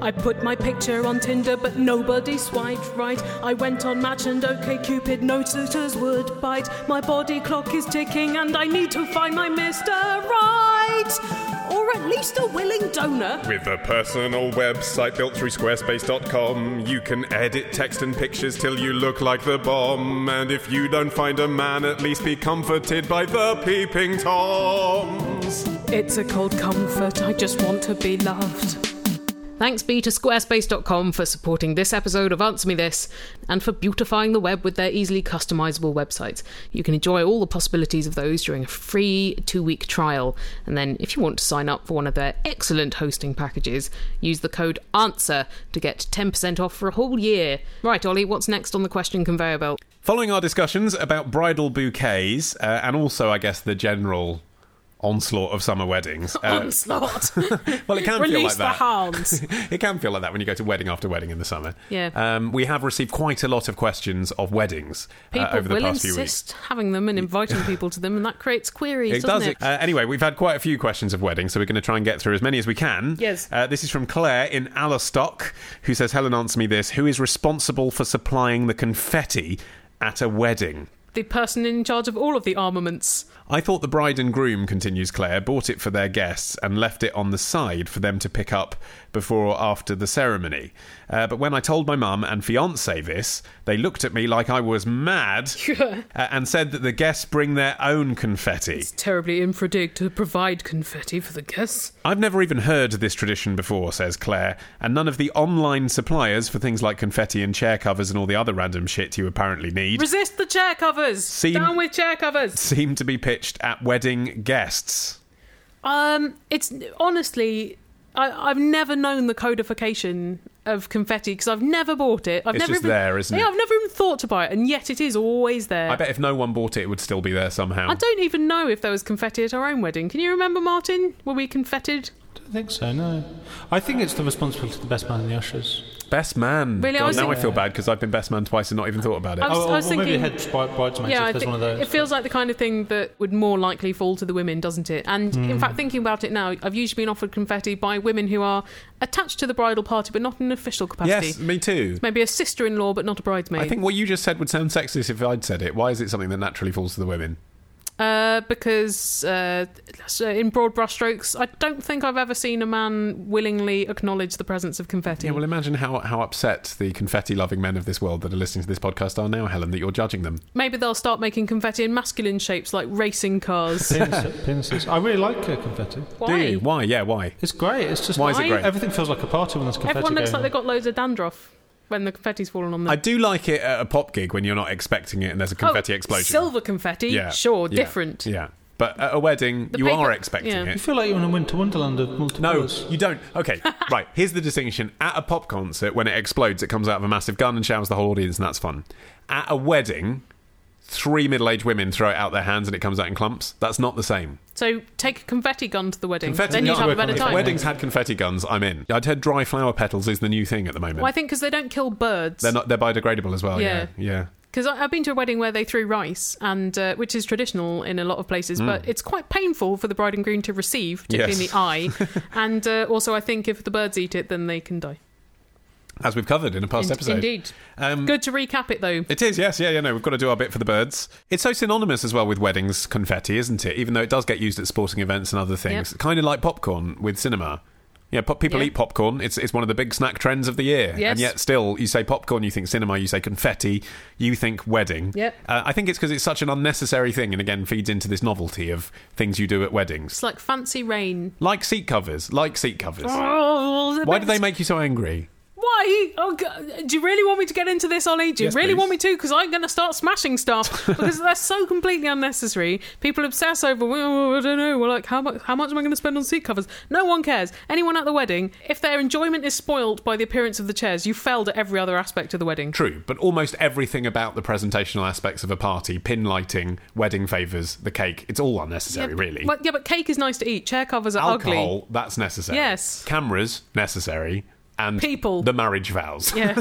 I put my picture on Tinder, but nobody swiped right. I went on Match and OK Cupid, no suitors would bite. My body clock is ticking, and I need to find my Mr. Right, or at least a willing donor. With a personal website built through squarespace.com, you can edit text and pictures till you look like the bomb. And if you don't find a man, at least be comforted by the peeping toms. It's a cold comfort, I just want to be loved. Thanks be to squarespace.com for supporting this episode of Answer Me This and for beautifying the web with their easily customizable websites. You can enjoy all the possibilities of those during a free 2-week trial and then if you want to sign up for one of their excellent hosting packages, use the code ANSWER to get 10% off for a whole year. Right, Ollie, what's next on the question conveyor belt? Following our discussions about bridal bouquets uh, and also, I guess, the general onslaught of summer weddings. uh, Onslaught. well, it can feel like Release the that. hounds. it can feel like that when you go to wedding after wedding in the summer. Yeah. Um, we have received quite a lot of questions of weddings uh, People over the will past few weeks. insist having them and inviting people to them, and that creates queries, It doesn't does. it? Uh, anyway, we've had quite a few questions of weddings, so we're going to try and get through as many as we can. Yes. Uh, this is from Claire in Alastock, who says, "Helen, answer me this: Who is responsible for supplying the confetti at a wedding?" the person in charge of all of the armaments. I thought the bride and groom, continues Claire, bought it for their guests and left it on the side for them to pick up before or after the ceremony. Uh, but when I told my mum and fiance this, they looked at me like I was mad uh, and said that the guests bring their own confetti. Terribly infradig to provide confetti for the guests. I've never even heard this tradition before, says Claire, and none of the online suppliers for things like confetti and chair covers and all the other random shit you apparently need Resist the chair covers. Seem- Down with chair covers. seem to be pitched at wedding guests. Um, it's honestly, I, I've never known the codification of confetti because I've never bought it. I've It's never just even, there, isn't yeah, it? I've never even thought to buy it, and yet it is always there. I bet if no one bought it, it would still be there somehow. I don't even know if there was confetti at our own wedding. Can you remember, Martin? Were we confetted? I don't think so, no. I think it's the responsibility of the best man and the ushers. Best man. Really, I God, was now I thinking- feel bad because I've been best man twice and not even thought about it. Oh, I was- or, or thinking- maybe head bride- bridesmaids Yeah, if I there's think one of those. it feels like the kind of thing that would more likely fall to the women, doesn't it? And Hmm. in fact, thinking about it now, I've usually been offered confetti by women who are attached to the bridal party but not in an official capacity. yes, me too. Maybe a sister-in-law but not a bridesmaid. I think what you just said would sound sexist if I'd said it. Why is it something that naturally falls to the women? uh, because uh, so in broad brushstrokes, I don't think I've ever seen a man willingly acknowledge the presence of confetti. Yeah, well, imagine how, how upset the confetti loving men of this world that are listening to this podcast are now, Helen, that you're judging them. Maybe they'll start making confetti in masculine shapes like racing cars. Penis- penises. I really like uh, confetti. Why? Do you? Why? Yeah, why? It's great. It's just Why is it Why? great? everything feels like a party when there's confetti. Everyone looks like going they've got loads of dandruff when the confetti's fallen on them. I do like it at a pop gig when you're not expecting it and there's a confetti Oh, explosion. Silver confetti, Yeah. sure, Yeah. different. Yeah. But at a wedding, you paper- are expecting yeah. it. You feel like you're in a winter wonderland of multiple No, colours. you don't. Okay, right. Here's the distinction. At a pop concert, when it explodes, it comes out of a massive gun and showers the whole audience, and that's fun. At a wedding, three middle aged women throw it out their hands and it comes out in clumps. That's not the same. So take a confetti gun to the wedding. Confetti then you'd guns. have a Work on better it. If time. weddings had confetti guns, I'm in. I'd heard dry flower petals is the new thing at the moment. Well, I think because they don't kill birds. they're not. They're biodegradable as well. Yeah, yeah. Because I've been to a wedding where they threw rice, and uh, which is traditional in a lot of places, but it's quite painful for the bride and groom to receive, particularly Hmm. Yes. in the eye. and uh, also, I think if the birds eat it, then they can die. As we've covered in a past In- episode. Indeed. Um, Good to recap it, though. It is, yes, yeah, yeah, no, we've got to do our bit for the birds. It's so synonymous as well with weddings, confetti, isn't it? Even though it does get used at sporting events and other things. Yep. Kind of like popcorn with cinema. Yeah, pop, people Yeah. eat popcorn. It's, it's one of the big snack trends of the year. Yes. And yet, still, you say popcorn, you think cinema, you say confetti, you think wedding. Yep. Uh, I think it's because it's such an unnecessary thing and again feeds into this novelty of things you do at weddings. It's like fancy rain. Like seat covers, like seat covers. Oh, Why do they make you so angry? Why? Oh, God. Do you really want me to get into this, Ollie? Do you Yes, really please. want me to? Because I'm going to start smashing stuff because that's so completely unnecessary. People obsess over, well, I don't know, well, like, how much, how much am I going to spend on seat covers? No one cares. Anyone at the wedding, if their enjoyment is spoilt by the appearance of the chairs, you failed at every other aspect of the wedding. True, but almost everything about the presentational aspects of a party pin lighting, wedding favours, the cake it's all unnecessary, really. But, yeah, but cake is nice to eat. Chair covers are Alcohol, ugly. that's necessary. Yes. Cameras, necessary. And People. The marriage vows. Yeah,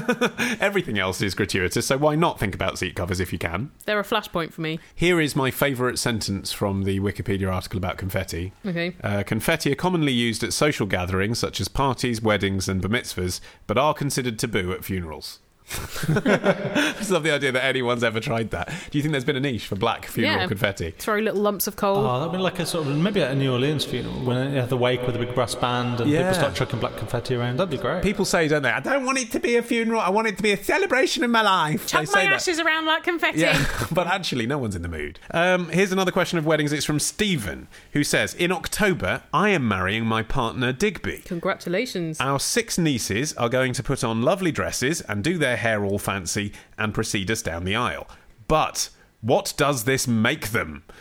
Everything else is gratuitous, so why not think about seat covers if you can? they're a flashpoint for me. Here is my favourite sentence from the Wikipedia article about confetti. Okay. Uh, confetti are commonly used at social gatherings such as parties, weddings, and bar mitzvahs, but are considered taboo at funerals. I just love the idea that anyone's ever tried that. Do you think there's been a niche for black funeral Yeah. confetti? Throw little lumps of coal. Oh, that'd be like a sort of maybe at a New Orleans funeral when they have the wake with a big brass band and Yeah. people start chucking black confetti around. That'd be great. People say, don't they? I don't want it to be a funeral. I want it to be a celebration of my life. Chuck they my say that. ashes around like confetti. Yeah, but actually, no one's in the mood. Um, here's another question of weddings. It's from Stephen, who says, "In October, I am marrying my partner Digby. Congratulations. Our six nieces are going to put on lovely dresses and do their hair all fancy and precede us down the aisle. But what does this make them?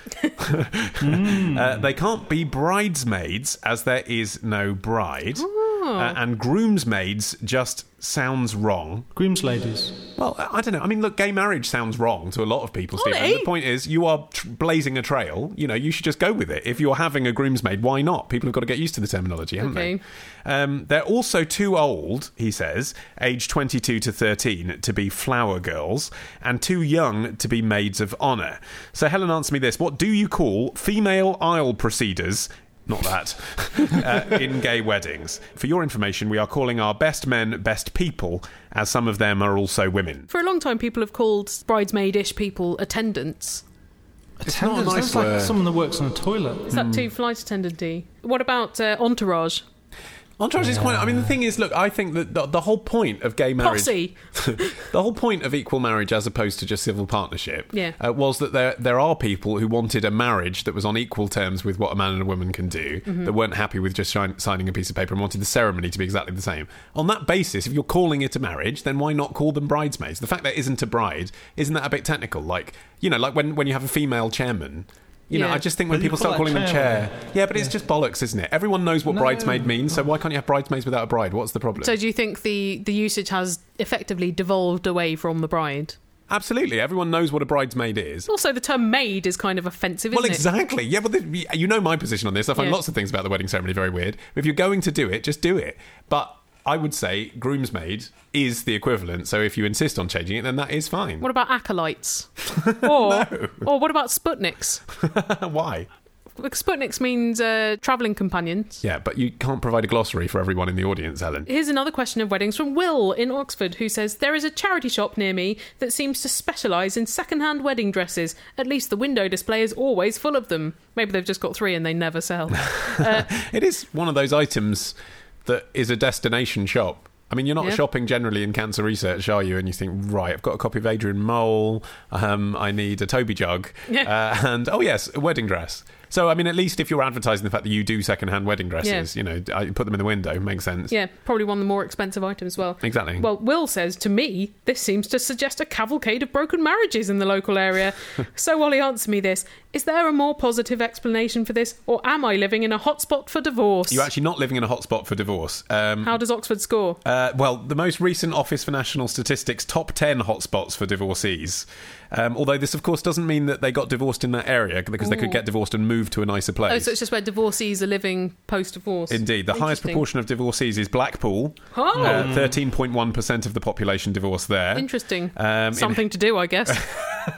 Uh, they can't be bridesmaids as there is no bride. Uh, and groomsmaids just sounds wrong. Grooms ladies. Well, I I don't know. I mean, look, gay marriage sounds wrong to a lot of people, Stephen. Ollie! The point is, you are tr- blazing a trail. You know, you should just go with it. If you're having a groomsmaid, why not? People have got to get used to the terminology, haven't Okay. they? Um, they're also too old, he says, age 22 to 13, to be flower girls, and too young to be maids of honour. So, Helen, answer me this. What do you call female aisle proceeders? Not that. uh, in gay weddings. For your information, we are calling our best men best people, as some of them are also women. For a long time, people have called bridesmaid-ish people attendants. It's not nice like word. someone that works on a toilet. Is that too flight attendanty? What about uh, entourage? Entourage is quite. I mean, the thing is, look, I think that the, the whole point of gay marriage, Posse. the whole point of equal marriage as opposed to just civil partnership, Yeah. uh, was that there there are people who wanted a marriage that was on equal terms with what a man and a woman can do, Mm-hmm. that weren't happy with just shine, signing a piece of paper and wanted the ceremony to be exactly the same. On that basis, if you're calling it a marriage, then why not call them bridesmaids? The fact that isn't a bride, isn't that a bit technical? Like, you know, like when when you have a female chairman. You know, Yeah. I just think when Well, you people call start calling that them chairman. chair, yeah, but it's just bollocks, isn't it? Everyone knows what No. bridesmaid means, so why can't you have bridesmaids without a bride? What's the problem? So do you think the, the usage has effectively devolved away from the bride? Absolutely, everyone knows what a bridesmaid is. Also, the term maid is kind of offensive, isn't Well, exactly. Yeah, but the, you know my position on this. I find Yeah. lots of things about the wedding ceremony very weird. If you're going to do it, just do it. But I would say groomsmaid is the equivalent. So if you insist on changing it, then that is fine. it? What about acolytes? Or, or what about Sputniks? Why? Like, Sputniks means uh, travelling companions. Yeah, but you can't provide a glossary for everyone in the audience, Helen. Here's another question of weddings from Will in Oxford, who says There is a charity shop near me that seems to specialise in second hand wedding dresses. At least the window display is always full of them. Maybe they've just got three and they never sell. It is one of those items that is a destination shop. I mean, you're not Yeah. shopping generally in cancer research, are you? And you think, right, I've got a copy of Adrian Mole. Um, I need a Toby jug, uh, and oh yes, a wedding dress. So, I mean, at least if you're advertising the fact that you do secondhand wedding dresses, Yeah. you know, I put them in the window. Makes sense. Yeah, probably one of the more expensive items as well. Exactly. Well, Will says, to me, this seems to suggest a cavalcade of broken marriages in the local area. so, Ollie, answer me this. Is there a more positive explanation for this, or am I living in a hotspot for divorce? You're actually not living in a hotspot for divorce. Um, How does Oxford score? Uh, well, the most recent Office for National Statistics top 10 hotspots for divorcees. Um, although this, of course, doesn't mean that they got divorced in that area because they could get divorced and move to a nicer place. oh, so it's just where divorcees are living post divorce. Indeed, the highest proportion of divorcees is Blackpool. Oh. Uh, 13.1% of the population divorced there. Interesting. Um, in, Something to do, I guess.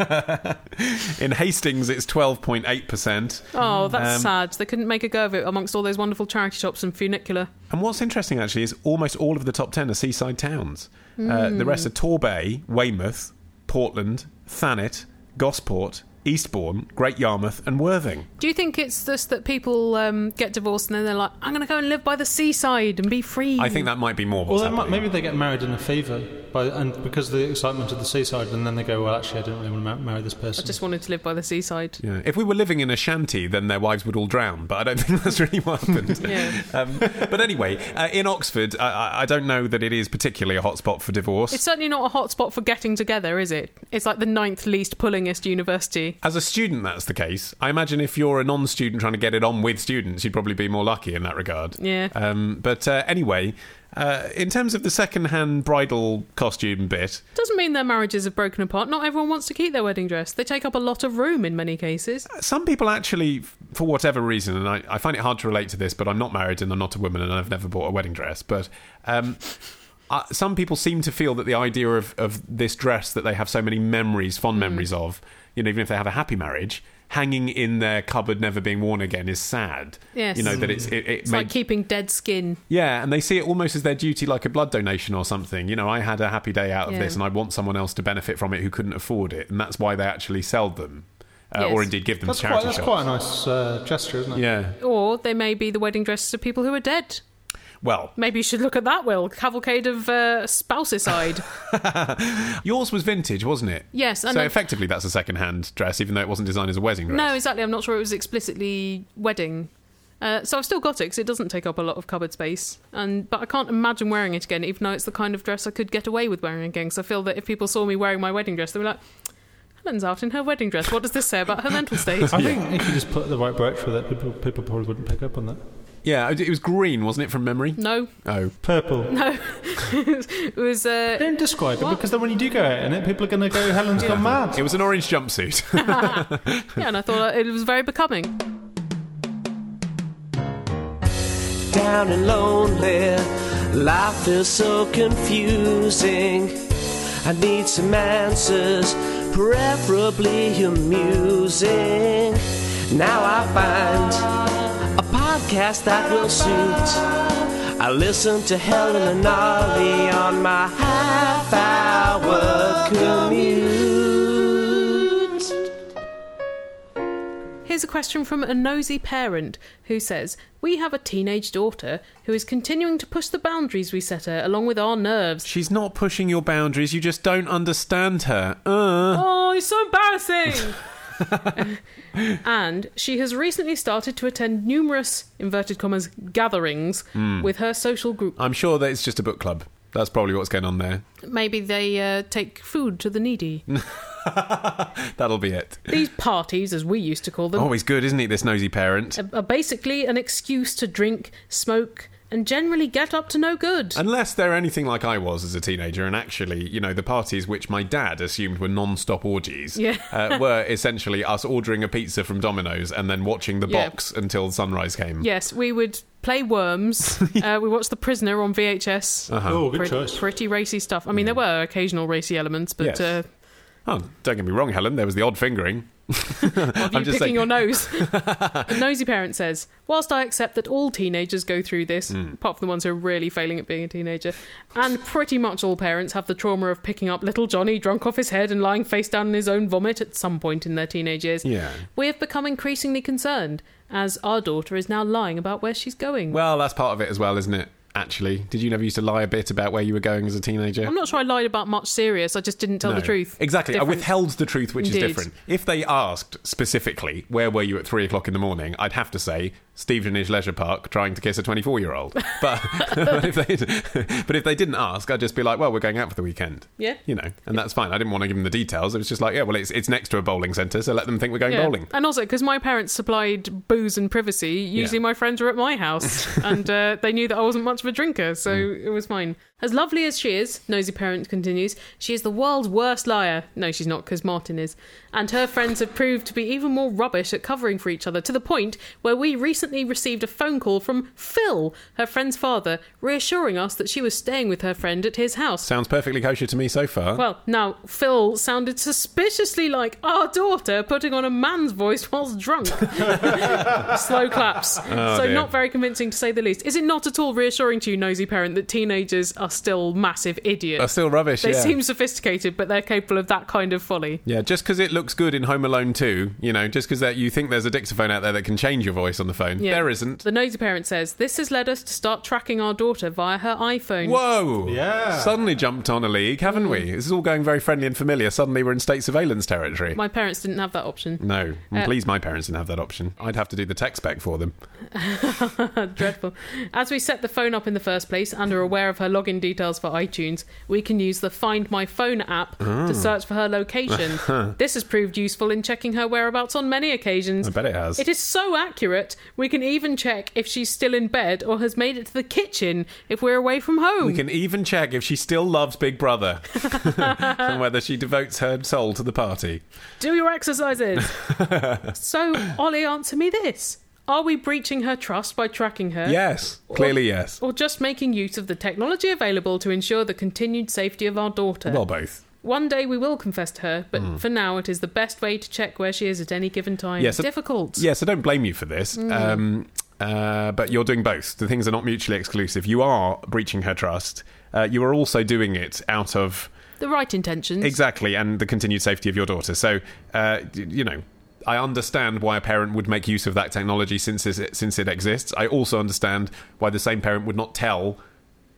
in Hastings, it's 12.8%. Oh, Um, that's sad. They couldn't make a go of it amongst all those wonderful charity shops and funicular. And what's interesting, actually, is almost all of the top 10 are seaside towns. Uh, Hmm. the rest are Torbay, Weymouth, Portland, Thanet, Gosport, Eastbourne, Great Yarmouth, and Worthing. Do you think it's just that people um, get divorced and then they're like, I'm going to go and live by the seaside and be free? I think that might be more. Well, What's they might, happening. maybe they get married in a fever, by, and because of the excitement of the seaside, and then they go, "Well, actually, I don't really want to ma- marry this I person." just wanted to live by the seaside. Yeah. If we were living in a shanty, then their wives would all drown, but I don't think that's really what happened. Yeah. um, but anyway, uh, in Oxford, I, I- I don't know that it is particularly a hotspot for divorce. It's certainly not a hot spot for getting together, is it? It's like the ninth least pullingest university. As a student, that's the case. I imagine if you're a non student trying to get it on with students, you'd probably be more lucky in that regard. Yeah. Um, but uh, anyway, uh, in terms of the second hand bridal costume bit, Doesn't mean their marriages have broken apart. Not everyone wants to keep their wedding dress. They take up a lot of room in many cases. some people actually, f- for whatever reason, and I, I find it hard to relate to this, but I'm not married and I'm not a woman and I've never bought a wedding dress, but. Um, uh, some people seem to feel that the idea of, of this dress that they have so many memories, Mm. fond memories of, you know, even if they have a happy marriage, hanging in their cupboard, never being worn again, is sad. Yes. you know that it's it, it It's like keeping dead skin. yeah, and they see it almost as their duty, like a blood donation or something. You know, I had a happy day out of Yeah. this, and I want someone else to benefit from it who couldn't afford it, and that's why they actually sell them, uh, Yes. or indeed give them that's to charity quite, that's shops. quite a nice uh, gesture, isn't it? yeah. Or they may be the wedding dresses of people who are dead. Well, Maybe you should look at that, Will. Cavalcade of uh, spousicide. yours was vintage, wasn't it? Yes, So and I- effectively, that's a second-hand dress, even though it wasn't designed as a wedding dress. No, exactly. I'm not sure it was explicitly wedding. Uh, so I've still got it because it doesn't take up a lot of cupboard space, and but I can't imagine wearing it again. Even though it's the kind of dress I could get away with wearing again, because I feel that if people saw me wearing my wedding dress, they'd be like, "Helen's out in her wedding dress. What does this say about her mental state?" I think if you just put the right brooch with it, people, people probably wouldn't pick up on that. Yeah, it it was green, wasn't it, from memory? no, Oh, Purple. no, it was. Uh, Don't describe What? it because then when you do go out in it, people are going to go, Helen's gone mad. it was an orange jumpsuit. yeah, and I thought it was very becoming. down and lonely. Life feels so confusing. I need some answers, preferably amusing. Now I find a podcast that will suit. I listen to Helen and Ollie on my half hour commute. Here's a question from a nosy parent who says, We have a teenage daughter who is continuing to push the boundaries we set her along with our nerves. She's not pushing your boundaries. You just don't understand her. Uh. Oh, it's so embarrassing. and she has recently started to attend numerous inverted commas gatherings with her social group. I'm sure that it's just a book club. That's probably what's going on there. Maybe they uh, take food to the needy. That'll be it. These parties, as we used to call them, Always good, isn't he? This nosy parent. are basically an excuse to drink, smoke, and generally get up to no good. Unless they're anything like I was as a teenager, and actually, you know, the parties which my dad assumed were non-stop orgies Yeah. uh, were essentially us ordering a pizza from Domino's and then watching the Yeah. box until sunrise came. Yes, we would play Worms. uh, we watched The Prisoner on VHS. Uh-huh. Oh, good Pretty, choice. pretty racy stuff. I mean, there were occasional racy elements, but Yes. uh, Oh, don't get me wrong, Helen. There was the odd fingering. of you just picking saying- your nose. the nosy parent says, whilst I accept that all teenagers go through this, Hmm. apart from the ones who are really failing at being a teenager, and pretty much all parents have the trauma of picking up little Johnny drunk off his head and lying face down in his own vomit at some point in their teenage years, Yeah. we have become increasingly concerned as our daughter is now lying about where she's going. Well, that's part of it as well, isn't it? actually. Did you never used to lie a bit about where you were going as a teenager? I'm not sure I lied about much serious. I just didn't tell the No. truth. Exactly. I Difference. withheld the truth, which Indeed. is different. If they asked specifically, where were you at three o'clock in the morning, I'd have to say, Steve Janish Leisure Park trying to kiss a 24 year old. But, but, if they, but if they didn't ask, I'd just be like, well, we're going out for the weekend. Yeah. You know, and that's fine. I didn't want to give them the details. It was just like, yeah, well, it's, it's next to a bowling centre, so let them think we're going Yeah. bowling. And also, because my parents supplied booze and privacy, usually Yeah. my friends were at my house and uh, they knew that I wasn't much of a drinker, so Mm. it was fine. As lovely as she is, Nosy Parent continues, she is the world's worst liar. No, she's not, because Martin is. And her friends have proved to be even more rubbish at covering for each other to the point where we recently received a phone call from Phil, her friend's father, reassuring us that she was staying with her friend at his house. Sounds perfectly kosher to me so far. Well, now, Phil sounded suspiciously like our daughter putting on a man's voice whilst drunk. Slow claps. so, Oh, dear. not very convincing to say the least. Is it not at all reassuring to you, nosy parent, that teenagers are still massive idiots? That's still rubbish. they yeah. seem sophisticated, but they're capable of that kind of folly. Yeah, just because it looks good in Home Alone 2, you know, just because you think there's a dictaphone out there that can change your voice on the phone, Yeah. there isn't. The nosy parent says, This has led us to start tracking our daughter via her iPhone. Whoa! Yeah. Suddenly jumped on a league, haven't we? This is all going very friendly and familiar. Suddenly we're in state surveillance territory. My parents didn't have that option. no, I'm Uh, pleased my parents didn't have that option. I'd have to do the tech spec for them. Dreadful. As we set the phone up in the first place and are aware of her login details for iTunes, we can use the Find My Phone app Ah. to search for her location. this has proved useful in checking her whereabouts on many occasions. I bet it has. It is so accurate, we can even check if she's still in bed or has made it to the kitchen if we're away from home. We can even check if she still loves Big Brother and whether she devotes her soul to the party. Do your exercises. so, Ollie, answer me this. Are we breaching her trust by tracking her? Yes, clearly yes. Or just making use of the technology available to ensure the continued safety of our daughter? Well, both. One day we will confess to her, but for now it is the best way to check where she is at any given time. Yes, it- Difficult. Yeah, so don't blame you for this. Mm. Um, uh, but you're doing both. The things are not mutually exclusive. You are breaching her trust. Uh, you are also doing it out of The right intentions. exactly and the continued safety of your daughter. So, uh, d- you know, I understand why a parent would make use of that technology since it, since it exists. I also understand why the same parent would not tell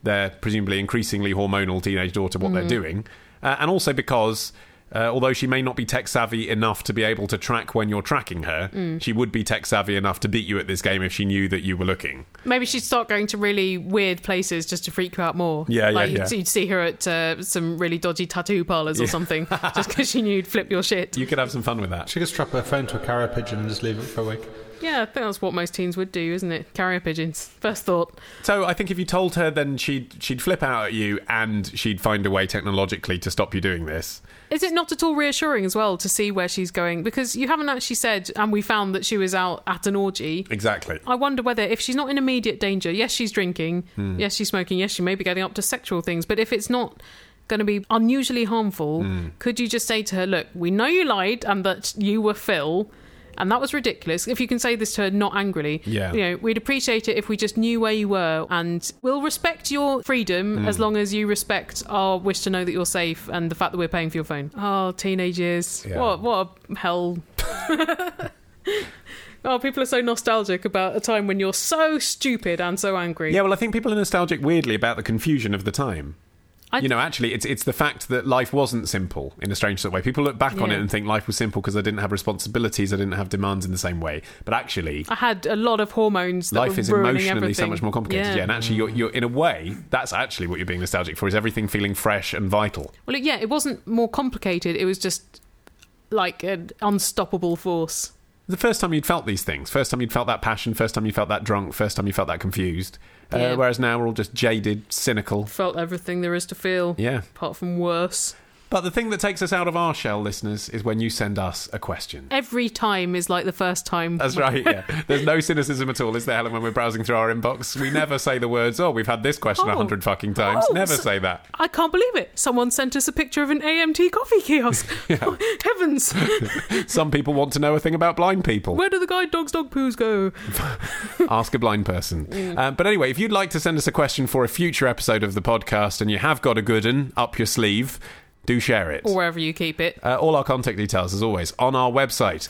their presumably increasingly hormonal teenage daughter what they're doing, uh, and also because. Uh, although she may not be tech savvy enough to be able to track when you're tracking her, she would be tech savvy enough to beat you at this game if she knew that you were looking. Maybe she'd start going to really weird places just to freak you out more. Yeah, yeah, like, yeah. You'd, you'd see her at uh, some really dodgy tattoo parlors or something, just because she knew you'd flip your shit. You could have some fun with that. She could strap her phone to a carrier pigeon and just leave it for a week. Yeah, I think that's what most teens would do, isn't it? Carrier pigeons. First thought. So I think if you told her, then she'd she'd flip out at you, and she'd find a way technologically to stop you doing this. Is it not at all reassuring as well to see where she's going? Because you haven't actually said, and we found that she was out at an orgy. Exactly. I wonder whether if she's not in immediate danger, yes, she's drinking, Hmm. yes, she's smoking, yes, she may be getting up to sexual things, but if it's not going to be unusually harmful, Hmm. could you just say to her, look, we know you lied and that you were Phil. And that was ridiculous. If you can say this to her not angrily, Yeah. you know, we'd appreciate it if we just knew where you were, and we'll respect your freedom Hmm. as long as you respect our wish to know that you're safe and the fact that we're paying for your phone. Oh, teenage years! Yeah. What what a hell Oh, people are so nostalgic about a time when you're so stupid and so angry. Yeah, well, I think people are nostalgic weirdly about the confusion of the time. I- you know, actually, it's it's the fact that life wasn't simple in a strange sort of way. People look back on Yeah. it and think life was simple because I didn't have responsibilities, I didn't have demands in the same way. But actually, I had a lot of hormones. That life were is ruining emotionally so everything. much more complicated. Yeah, and actually, you're, you're in a way that's actually what you're being nostalgic for is everything feeling fresh and vital. well, yeah, it wasn't more complicated. It was just like an unstoppable force. the first time you'd felt these things, first time you'd felt that passion, first time you felt that drunk, first time you felt that confused. Uh, Yeah. Whereas now we're all just jaded, cynical. Felt everything there is to feel. Yeah. Apart from worse. But the thing that takes us out of our shell, listeners, is when you send us a question. Every time is like the first time. That's right, yeah. There's no cynicism at all, is there, Helen, when we're browsing through our inbox? We never say the words, oh, we've had this question a Oh. hundred fucking times. Oh, never so- say that. I can't believe it. Someone sent us a picture of an AMT coffee kiosk. Heavens. Some people want to know a thing about blind people. Where do the guide dogs dog poos go? ask a blind person. Um, but anyway, if you'd like to send us a question for a future episode of the podcast and you have got a good un up your sleeve, Do share it. or wherever you keep it. Uh, all our contact details, as always, on our website.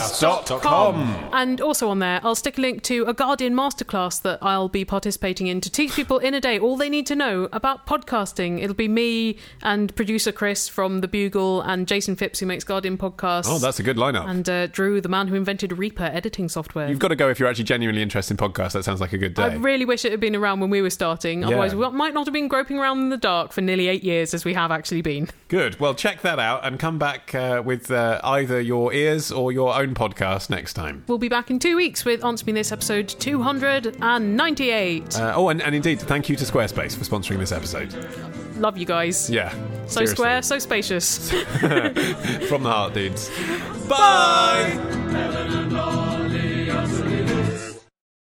AnswerMeThisPodcast.com. And also on there, I'll stick a link to a Guardian masterclass that I'll be participating in to teach people in a day all they need to know about podcasting. It'll be me and producer Chris from The Bugle and Jason Phipps, who makes Guardian podcasts. Oh, that's a good lineup. And uh, Drew, the man who invented Reaper editing software. You've got to go if you're actually genuinely interested in podcasts. That sounds like a good day. I really wish it had been around when we were starting. Otherwise, we might not have been groping around in the dark for nearly eight years as we have actually been. Good. Well, check that out and come back uh, with uh, either your ears or your own podcast next time. We'll be back in two weeks with Answer Me This episode 298. Uh, oh, and, and indeed, thank you to Squarespace for sponsoring this episode. Love you guys. Yeah. So square, so spacious. From the heart, dudes. Bye! Helen and